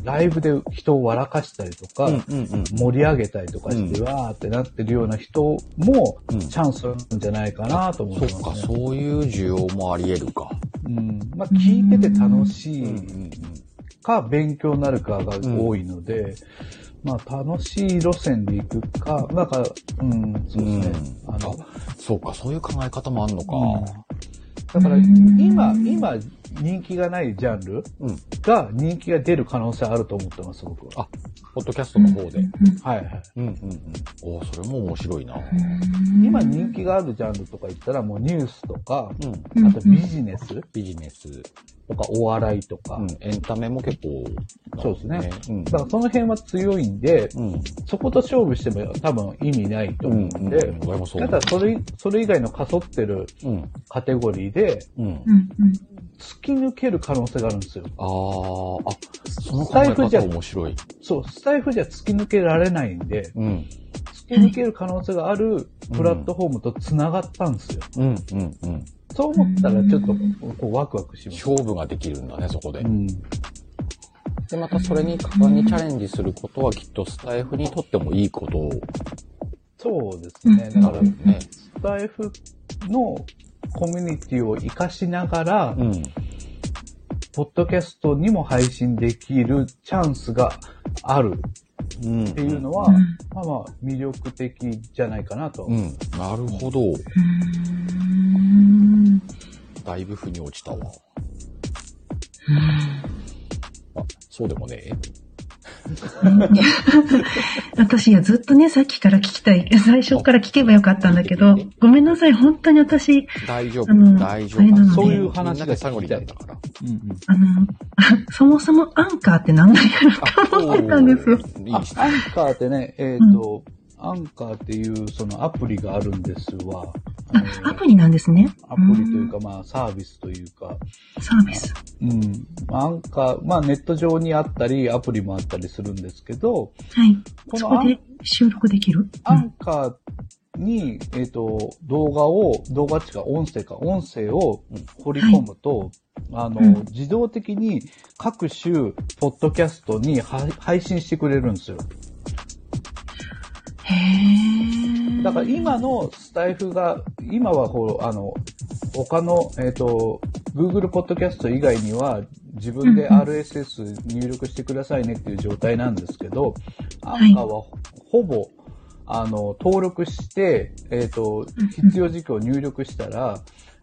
S3: ん、ライブで人を笑かしたりとか、
S1: うん。うん。うん。
S3: 盛り上げたりとかして、
S1: うん
S3: わーってなってるような人も、
S1: うん
S3: チャンスなんじゃないかなと思い
S1: そ
S3: ま
S1: っ
S3: す、ね。
S1: か、そういう需要もあり得るか。
S3: うん。まあ、聞いてて楽し
S1: うん。う
S3: い
S1: ん。
S3: か、勉強になるかが多いので、まあ、楽しい路線で行くか、なんか、うん、そうですね。
S1: うん
S3: あの、
S1: そうか、そういう考え方もあんのか。
S3: だから
S2: うん
S3: 今、今人気がないジャンル
S1: うん。
S3: が人気が出る可能性あると思ってます、僕は。
S1: あ、ポッドキャストの方で。うん
S2: う
S1: ん
S3: はいはい。
S1: うんうん。おーそれも面白いな。
S2: うん
S3: 今人気があるジャンルとか言ったらもうニュースとか、
S1: うん。
S2: うん
S3: あとビジネス
S1: ビジネス、
S3: とかお笑いとか、
S1: うん、エンタメも結構、
S3: そうですね。
S1: うん。
S3: だからその辺は強いんで、
S1: うん。
S3: そこと勝負しても多分意味ないと
S1: う
S3: 思
S1: ん。
S3: うんで、
S1: 俺もそう
S3: た
S1: 思う
S3: だそれ、それ以外のかそってる
S1: うん。
S3: カテゴリーで
S1: うん。
S2: うんうん
S3: 突き抜ける可能性があるんですよ。
S1: あー、あ、その考え方面白い。
S3: そう、スタイフじゃ突き抜けられないんで、
S1: うん。
S3: 突き抜ける可能性があるプラットフォームと繋がったんですよ。
S1: うん、うん、うん。
S3: そう思ったらちょっとこうワクワクします。
S1: 勝負ができるんだね、そこで。
S3: ん。
S1: で、またそれに果敢にチャレンジすることはきっとスタイフにとってもいいこと
S3: そうですね。だ
S1: な
S3: か
S1: る
S3: ら
S1: よ、ね。
S3: スタイフのコミュニティを活かしながら、
S1: うん。
S3: ポッドキャストにも配信できるチャンスがある
S1: うん。っ
S3: っていうのは、
S2: うん
S3: まあまあ魅力的じゃないかなと。
S1: うん。なるほど。
S2: うん
S1: だいぶ腑に落ちたわ。あ、そうでもねえ。
S2: 私いやずっとね、さっきから聞きたい。最初から聞けばよかったんだけど、ごめんなさい、本当に私、
S1: 大丈
S2: あ
S1: 夫
S2: の、
S1: 大丈
S2: あれな
S1: 夫。
S2: のでそういう
S3: 話
S1: みんなで最後になったから。
S2: あの、そもそもアンカーって何なんやろって思ってたんですよ。
S1: い
S3: あ
S1: い質
S3: アンカーってね、えっ、と、アンカーっていうそのアプリがあるんです わ。あの
S2: アプリなんですね。
S3: アプリというか、まあ、サービスというか、
S2: うん。サービス。
S3: うん。アンカー、まあ、ネット上にあったり、アプリもあったりするんですけど、
S2: はい。
S3: こ
S2: そ
S3: のア
S2: こ
S3: ン
S2: で収録できる
S3: アンカーに、えっ、と、動画を、動画っちか音声か、音声を掘り込むと、あの、
S2: うん
S3: 自動的に各種、ポッドキャストには配信してくれるんですよ。
S2: へー
S3: だから今のスタイフが、今はこう、あの、他の、えっ、と、Google ポッドキャスト以外には自分で
S2: うんうん
S3: RSS 入力してくださいねっていう状態なんですけど、ア
S2: はい
S3: ンカーはほほぼ、あの、登録して、えっ、と
S2: うん、
S3: 必要事項を入力したら、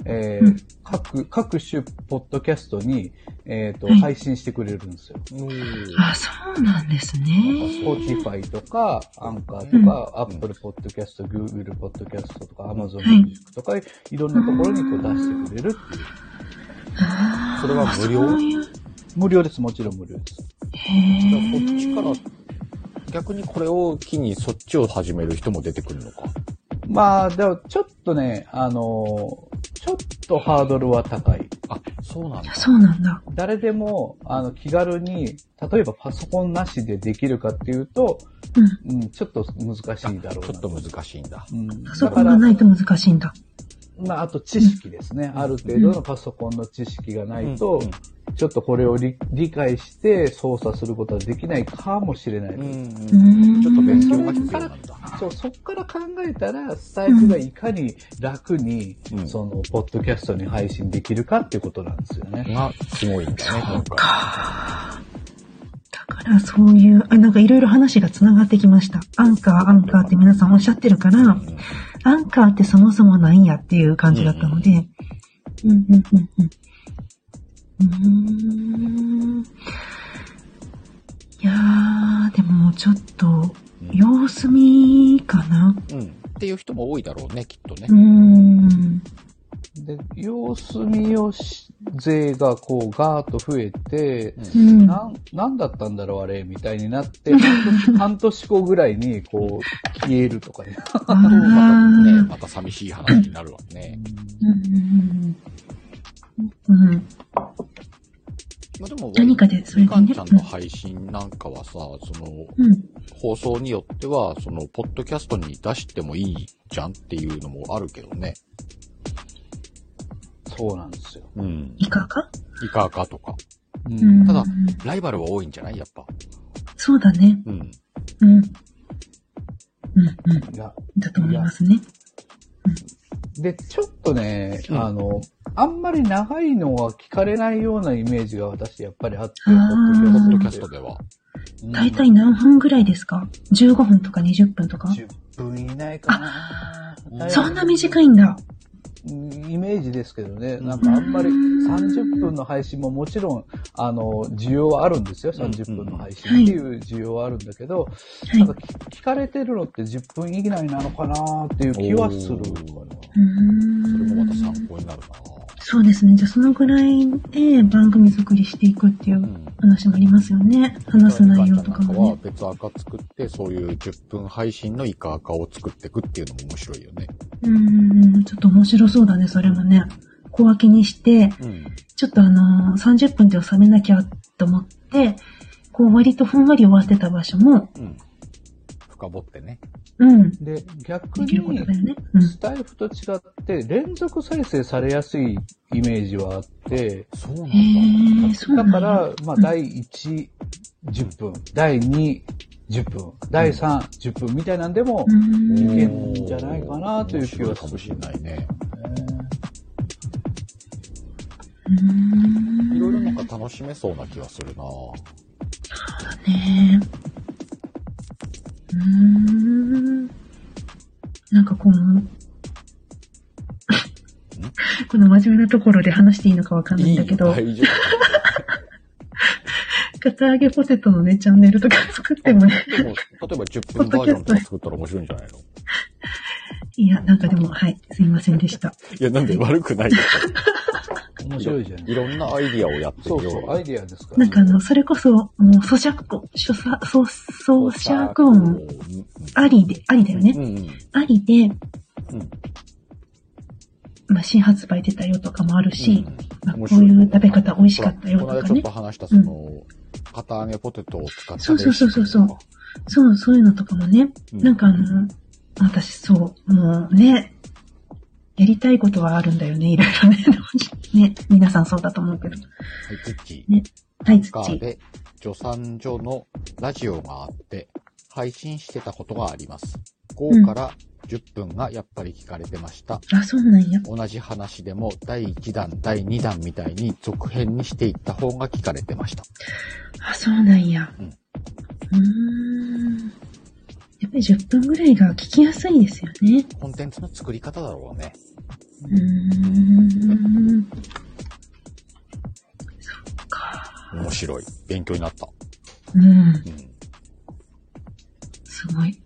S3: えー
S2: うん
S3: 各、各種ポッドキャストに、えっ、と、
S2: はい
S3: 配信してくれるんですよ。
S2: あ、そうなんですね。
S3: Spotify とか、アンカーとか、Apple Podcast、Google Podcast とか、Amazon Music とか、いろんなところにこう出してくれるっていう。
S2: あー
S1: それは無料
S2: そういう。
S3: 無料です、もちろん無料です。
S2: へ
S1: じゃあこっち
S2: ー
S1: から、逆にこれを機にそっちを始める人も出てくるのか。
S3: まあ、でもちょっとね、あのーちょっとハードルは高い。
S1: あ、そうなんだ。
S2: そうなんだ。
S3: 誰でも、あの、気軽に、例えばパソコンなしでできるかっていうと、
S2: うん。
S3: うん、ちょっと難しいだろう
S1: ちょ
S3: な
S1: っと。難しいんだ。
S3: うん、
S2: パソ
S3: だ
S2: コ
S3: か
S2: ンが
S3: ら、
S2: ないと難しいんだ。
S3: まあ、あと知識ですね。ある程度のパソコンの知識がないと、
S1: うん
S3: ちょっとこれを理理解して操作することはできないかもしれない。
S1: うん
S2: うーん
S1: ちょっと勉強が必要なんだ。
S3: そう、そっから考えたら、スタイフがいかに楽に、
S1: うん
S3: その、ポッドキャストに配信できるかっていうことなんですよね。
S1: が、すごいんだね、今回。
S2: だからそういう、あ、なんかいろいろ話が繋がってきました。アンカー、アンカーって皆さんおっしゃってるから、アンカーってそもそもないんやっていう感じだったので。うん、うん、うん、うん。うーん。いやー、でもちょっと、様子見かな。
S1: うん。っていう人も多いだろうね、きっとね
S2: うー。ん。
S3: で、様子見をし、税がこう、ガーッと増えて、
S2: うん。
S3: なん、なんだったんだろうあれみたいになって、半年半年後ぐらいに、こう、消えるとかね。
S2: あ
S1: またね、
S2: ー
S1: また寂しい話になるわね。
S2: うんうんうんうんうん
S1: まあでも、
S2: 何かでそれ
S1: かんちゃんの配信なんかはさ、その、
S2: うん。
S1: 放送によっては、その、ポッドキャストに出してもいいじゃんっていうのもあるけどね。
S3: そうなんですよ。
S1: うん。
S2: いかが
S1: いかがとか。
S2: う
S3: う
S2: んん。
S1: ただライバルは多いんじゃないやっぱ。
S2: そうだね。
S1: うん。
S2: うん。うん、うん。
S3: いや
S2: だと思いますね。
S3: で、ちょっとね、
S1: うん
S3: あの、あんまり長いのは聞かれないようなイメージが私やっぱりあって、
S2: あー
S1: ポ
S2: うん
S1: ッドキャストでは。
S3: うん
S2: 大体何分ぐらいですか ?15 分とか20分とか
S3: 10分以内かな。
S1: あ
S2: そんな短
S3: い
S2: いんだ。
S3: イメージですけどね、なんかあんまり30分の配信ももちろん、あの、需要はあるんですよ。30分の配信っていう需要はあるんだけど、
S2: はい
S3: なんか。聞聞かれてるのって10分以内なのかなっていう気はする
S1: お
S3: かな。
S1: ー
S2: う
S1: それもま
S2: ー
S1: た
S2: ん。
S1: 参考になるな。
S2: そうですね。じゃあそのぐらいで番組作りしていくっていううん話もありますよね。話す内容とか
S1: みかんちゃんなん
S2: も
S1: は
S2: ね。
S1: 別アカ作って、そういう10分配信のイカアカを作っていくっていうのも面白いよね。
S2: うーん、ちょっと面白そうだね、それもね。小分けにして、
S1: うん。
S2: ちょっとあのー、30分で収めなきゃと思って、こう割とふんわり終わってた場所も、
S1: うん。深掘ってね。
S2: うん、
S3: で、逆
S2: できること
S3: に
S2: だ、よね。うん。
S3: スタイフと違って、連続再生されやすいイメージはあって、
S1: そうなんだ。
S2: へえ、そうな
S3: だ
S2: んだ。
S3: から、まあ、第1、10分、第2、10分、第3、10分みたいなんでも
S2: う、ー
S3: い
S2: ん
S3: けんじゃないかなという気は
S1: 面白かもしれないね。
S2: う
S1: いろい
S2: ん
S1: ろなんか楽しめそうな気はするな
S2: ねえ。うーん。なんかこの、 この真面目なところで話していいのかわかんないんだけど、
S1: いいよ大丈
S2: カツアゲポテトのね、チャンネルとか作ってもね、
S1: 夫。でも、例えば10分バージョンとか作ったら面白いんじゃないの
S2: いや、なんかでも、はい、すいませんでした。
S1: いや、なんで悪くないですよ
S3: 面白いじゃない
S1: いろんなアイディアをやってる
S3: そ
S1: よ
S3: うそう、アイディアですか
S2: な
S3: ら
S2: ん。かあの、それこそ、もう、咀嚼音、咀嚼咀咀嚼音ありで、ありだよね
S1: う。んうん。
S2: あり
S1: う
S2: で、
S1: ん
S2: まあ、新発売出たよとかもあるし、まあ、こ
S1: 面
S2: う
S1: 白い
S2: いう食べ方美味しかったよ
S1: ほ
S2: と
S1: らこの間ちょっ
S2: かね
S1: と。話した、その、片揚げポテトを使ったレシピとか。
S2: そうそうそうそうそう、そういうのとかもね。
S1: うん
S2: なんかあの、私そう、もうね、やりたいことはあるんだよね、いろいろね。ね、 皆さんそうだと思うけど。
S1: はい、ツッチー。
S2: ね。はい、
S1: カ
S2: 土
S1: ー。で、助産所のラジオがあって、配信してたことがあります。
S2: う
S1: 5
S2: ん
S1: から10分がやっぱり聞かれてました。
S2: あ、そうなんや。
S1: 同じ話でも第1弾、第2弾みたいに続編にしていった方が聞かれてました。
S2: あ、そうなんや。
S1: う
S2: うんーん。やっぱり10分ぐらいが聞きやすいですよね。
S1: コンテンツの作り方だろうね。
S2: うーん。そっか。
S1: 面白い。勉強になった。
S2: うん。
S1: うん。
S2: すごい。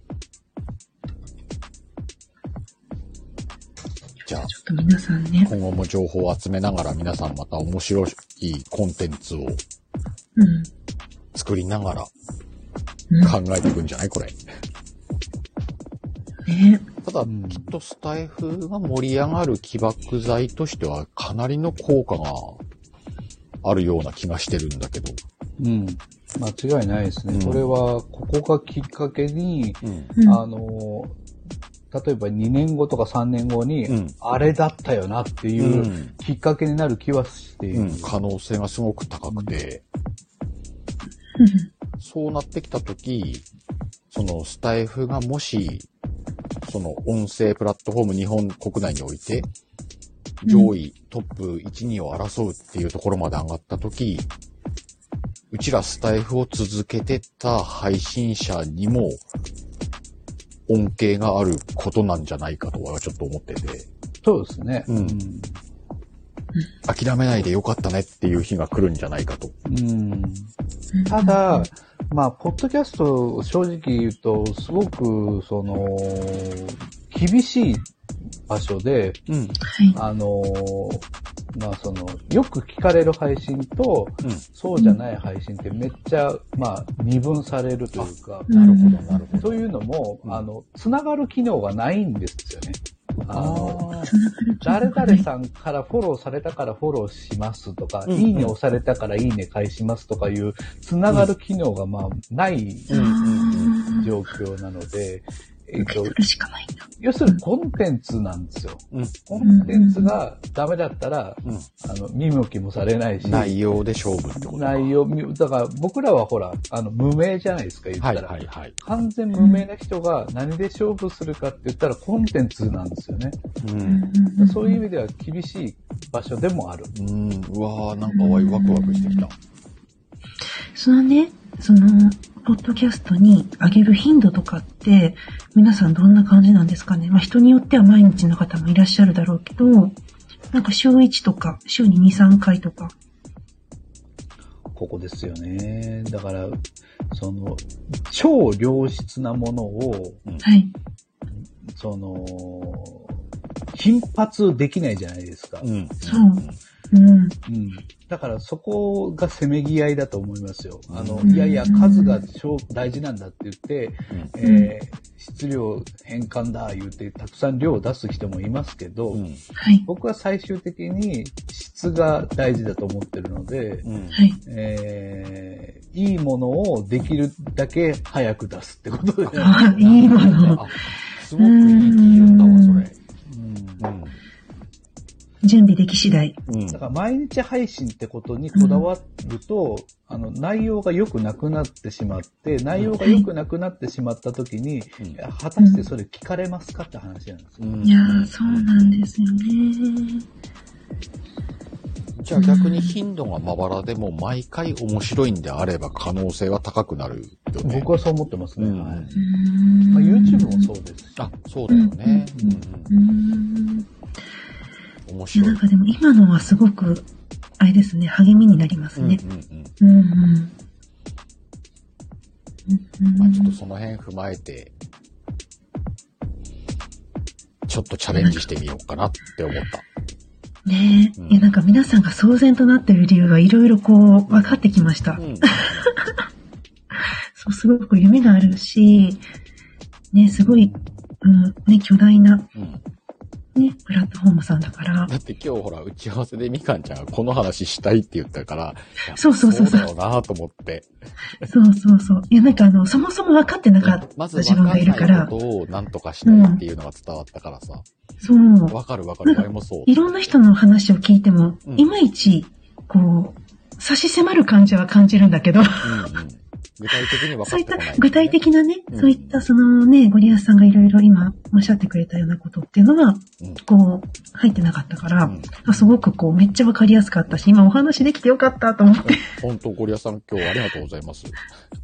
S1: じゃあ、
S2: ちょっと皆さんね。
S1: 今後も情報を集めながら皆さんまた面白いコンテンツを
S2: うん。
S1: 作りながら
S2: うん
S1: 考えていくんじゃないこれ。
S2: ね
S1: ただ、
S3: うん
S1: きっとスタイフが盛り上がる起爆剤としてはかなりの効果があるような気がしてるんだけど。
S3: うん。間違いないです
S1: う
S3: ね。
S1: ん
S3: これは、ここがきっかけに、
S1: うん。
S2: うん
S3: あの、例えば2年後とか3年後に、
S1: うん。
S3: あれだったよなっていううんきっかけになる気はしている。
S1: 可能性がすごく高くて、そうなってきたとき、そのスタイフがもし、その音声プラットフォーム日本国内において、上位、トップ1、2を争うっていうところまで上がったとき、うちらスタイフを続けてた配信者にも、恩恵があることなんじゃないかとはちょっと思ってて、
S3: そうですね。
S1: うん諦めないでよかったねっていう日が来るんじゃないかと。
S3: うん
S2: うん
S3: ただ、まあ、ポッドキャスト、正直言うと、すごく、その、厳しい場所で、
S1: うん。
S2: はい。
S3: あの、まあ、その、よく聞かれる配信と、
S1: う
S3: そうじゃない配信ってめっちゃ、まあ、二分されるというか、
S1: ん。なるほど、なるほど。
S3: というのも
S1: う、ん
S3: あの、つながる機能がないんですよね。あ
S2: つなが
S3: の、
S2: る気が
S3: 誰々さんからフォローされたからフォローしますとか、
S1: うん
S3: いいね押されたからいいね返しますとかいう、つながる機能がまあ、ない
S1: うんうん
S2: あ
S3: 状況なので、えっ
S2: ー受け
S3: と
S2: 取、るしかないんだ。
S3: 要するにコンテンツなんですよ。
S1: うん。
S3: コンテンツがダメだったら、
S1: うん。
S3: あの、見向きもされないし、
S1: 内容で勝負ってことか
S3: 内容見、だから僕らはほら、あの、無名じゃないですか、言った
S1: はい
S3: ら。
S1: はいはい。
S3: 完全無名な人が何で勝負するかって言ったらコンテンツなんですよね。
S1: う。
S2: うんんうんうん
S3: そういう意味では厳しい場所でもある。
S1: うん。うわーなんかわいワクワクしてきた。
S2: そのね、その、ポッドキャストに上げる頻度とかって、皆さんどんな感じなんですかねまあ人によっては毎日の方もいらっしゃるだろうけど、なんか週1とか、週に2、3回とか。
S3: ここですよね。だから、その、超良質なものを、
S2: はい。
S3: その、頻発できないじゃないですか。
S1: うん。
S2: そううん。
S3: うんだからそこがせめぎ合いだと思いますよ。あの、
S1: うん
S3: いやいや、数が超大事なんだって言って、
S1: うん
S3: えー質量変換だ言って、たくさん量を出す人もいますけど、
S1: うん。
S2: はい。
S3: 僕は最終的に質が大事だと思ってるので、
S1: うん。
S2: はい。
S3: えーいいものをできるだけ早く出すってことで、ね。
S2: あ、 いいもの。
S1: あ、すごくいい基準だわ、それ。うん。
S2: 準備でき次第。
S1: うん
S3: だから毎日配信ってことにこだわると、あの、内容が良くなくなってしまって、内容が良くなくなってしまった時に、
S1: うん
S3: 果たしてそれ聞かれますかって話なんですよ。
S1: うん
S2: いやー、そうなんですよね。
S1: じゃあ逆に頻度がまばらでも毎回面白いんであれば可能性は高くなるよね。
S3: 僕はそう思ってますね。
S1: うん
S3: はいま
S2: ま
S3: あ、YouTube もそうですし。
S1: あ、そうだよね。
S3: うん
S1: うん
S2: ん。
S1: うん、面
S2: いや、
S1: 白
S2: ないん。かでも今のはすごく、あれですね、励みになります
S1: うんうんう
S2: ね。
S1: ん。
S2: うんうん。うん
S1: まあちょっとその辺踏まえて、ちょっとチャレンジしてみようかなって思った。
S2: ねえ、
S1: うん
S2: いやなんか皆さんが騒然となってる理由がいろいろこう分かってきました。
S1: うん。
S2: そう、すごく夢があるし、ね、すごい、うん、ね、巨大な、
S1: うん
S2: ね、プラットフォームさんだから
S1: だ、って今日ほら、打ち合わせでみかんちゃんがこの話したいって言ったから、いや
S2: そうそうそう
S1: そ
S2: そう
S1: うだよなと思って。
S2: そうそうそう。いや、なんかあの、そもそも分かってなかっ
S1: まず
S2: た自
S1: 分
S2: 分
S1: か
S2: がい
S1: ん
S2: るか
S1: ない
S2: ら
S1: こ、とを何とかしたいっていうのが伝わったからさ。
S2: そう。
S1: わかるわかる、俺もそう。
S2: いろんな人の話を聞いても、
S1: うん
S2: いまいち、こう、差し迫る感じは感じるんだけど、
S1: うんうん具体的に分か
S2: そ
S1: っ
S2: うい
S1: て
S2: っ
S1: こな
S2: た
S1: い、
S2: 具体的なね、
S1: うん
S2: そういったそのね、ゴリアスさんがいろいろ今おっしゃってくれたようなことっていうの
S1: う
S2: が、
S1: ん
S2: こう、入ってなかったから、
S1: うん
S2: あすごくこう、めっちゃわかりやすかったし、今お話できてよかったと思って。
S1: 本当、ゴリアさん今日ありがとうございます。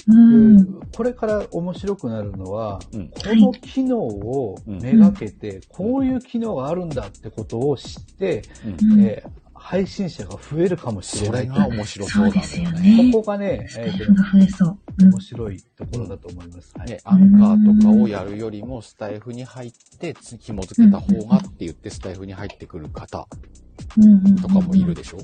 S2: うん。
S3: でこれから面白くなるのは、
S1: うん
S3: この機能をめがけて、こういう機能があるんだってことを知って、
S1: うん
S2: うん
S3: えー配信者が増えるかもしれ
S1: そ
S3: な
S1: れ
S3: いと
S1: が面白そうなんだ
S2: そうです
S1: よ
S2: よ
S1: ね。
S2: ね
S3: ここがね、
S2: スタ
S3: え
S2: イ
S3: ー
S2: フ
S3: と
S2: が増えそう。うん
S3: 面。白いところだと思います。はい
S1: ね、アンカーとかをやるよりも、スタイフに入って、つ紐付けた方がって言って、スタイフに入ってくる方
S2: うんうんうん
S1: とかもいるでしょ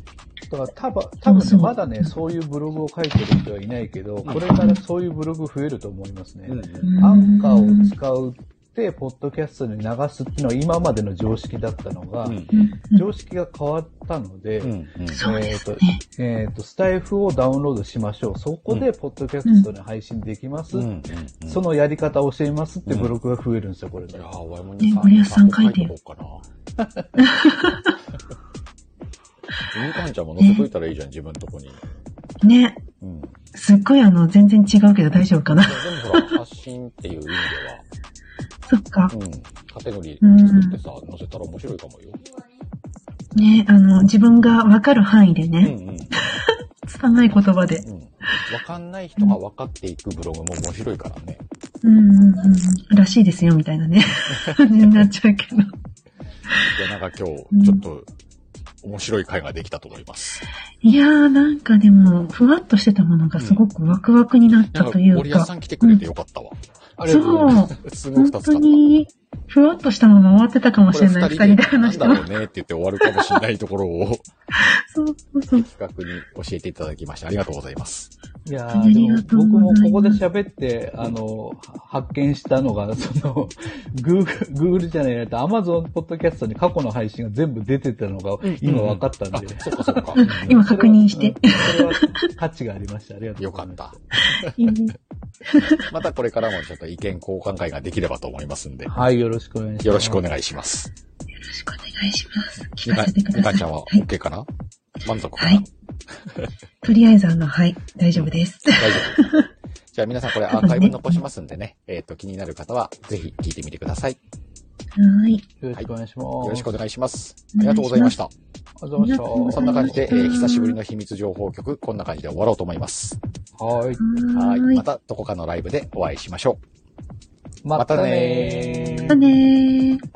S3: だから多分、多分
S2: そうそ
S3: ね、
S2: う
S3: まだね、そういうブログを書いてる人はいないけど、これからそういうブログ増えると思いますね。
S2: うん
S3: アンカーを使うって、ポッドキャストに流すっていうのは今までの常識だったのが、
S1: うん
S2: うん
S3: 常識が変わったので、
S1: うんうん
S2: そうですね。
S3: えっ、と、スタイフをダウンロードしましょう。そこで、ポッドキャストに配信できます。
S1: うんうんうん
S3: そのやり方を教えますってブログが増えるんですよ、これ
S1: い
S3: か
S1: や
S3: ら。
S1: ー、俺も
S2: ねゴリアスさん書いて
S1: る
S2: よ
S1: かな。みかんちゃんも載せといたらいいじゃん、自分とこに。
S2: ね。
S1: うん。です
S2: っごいあの、全然違うけど大丈夫かな。
S1: もほら、発信っていう意味では、
S2: そっか。
S1: うん。カテゴリー作ってさ、載せたら面白いかもよ。
S2: ね、あの、自分がわかる範囲で
S1: うんう
S2: ね、
S1: ん。
S2: 拙い言葉で。
S1: うん。わかんない人が分かっていくブログも面白いからね。
S2: うんうんうん。らしいですよ、みたい なね。感じになっちゃうけ
S1: い
S2: ど。
S1: や、なんか今日、ちょっと、面白い回ができたと思います。
S2: いやー、なんかでも、ふわっとしてたものがすごくワクワクになった
S1: なん
S2: と
S1: か、
S2: いう
S1: 森屋
S2: か。
S1: さん来てくれてよかったわ。
S3: あ
S2: そう、
S3: ます。
S1: すごい
S2: 本
S1: 助か
S2: 当
S1: った。
S2: に、ふわっとしたまま終わってたかもしれない。二人で話して
S1: なんだ
S2: も。
S1: ろうねって言って終わるかもしれないところを
S2: そうそうそう。
S1: 企画に教えていただきましてありがとうございます。
S3: いや
S2: ありが
S3: ーで
S2: とう
S3: も
S2: ご
S3: 僕も
S2: ざいます
S3: ここで喋って、あの、発見したのが、 その、Google、Google じゃないやと Amazon ポッドキャストに過去の配信が全部出てたのが
S1: うん
S3: 今分かったんで。
S1: あ、そっかそっか。
S2: 今確認して
S3: うんそれは価値がありました。ありがと う
S1: よ
S3: ござ
S1: か
S3: い
S1: っ
S3: ま
S1: た。
S3: す。
S2: いいね
S1: またこれからもちょっと意見交換会ができればと思いますんで、
S3: はい、よろしくお願いします。
S1: よろしくお願いします。
S2: よろしくお願いします。
S1: み
S2: 聞
S1: か
S2: かせてく
S1: み
S2: ださ
S1: か
S2: い。
S1: んちゃんはい OK かな、満足か
S2: は。
S1: ない
S2: とりあえず、あの、はい、大丈夫です。
S1: 大丈 夫。じゃあ皆さんこれアーカイブ残しますんでね、えっ、と気になる方はぜひ聞いてみてください。
S2: はい。
S3: よろしくお願いします。
S1: よろしくお願いします。あ
S2: お
S1: り
S2: 願
S1: がとうご
S2: いします
S1: ざいました。
S3: ありがとうございまし
S1: そんな感じで、えー久しぶりの秘密情報局、こんな感じで終わろうと思います。
S3: た。はい。
S1: はい。
S2: は
S1: ま
S2: い。
S1: たどこかのライブでお会いしましょう。
S3: ま
S1: たね
S3: た
S1: ー
S3: ねー
S2: またねー。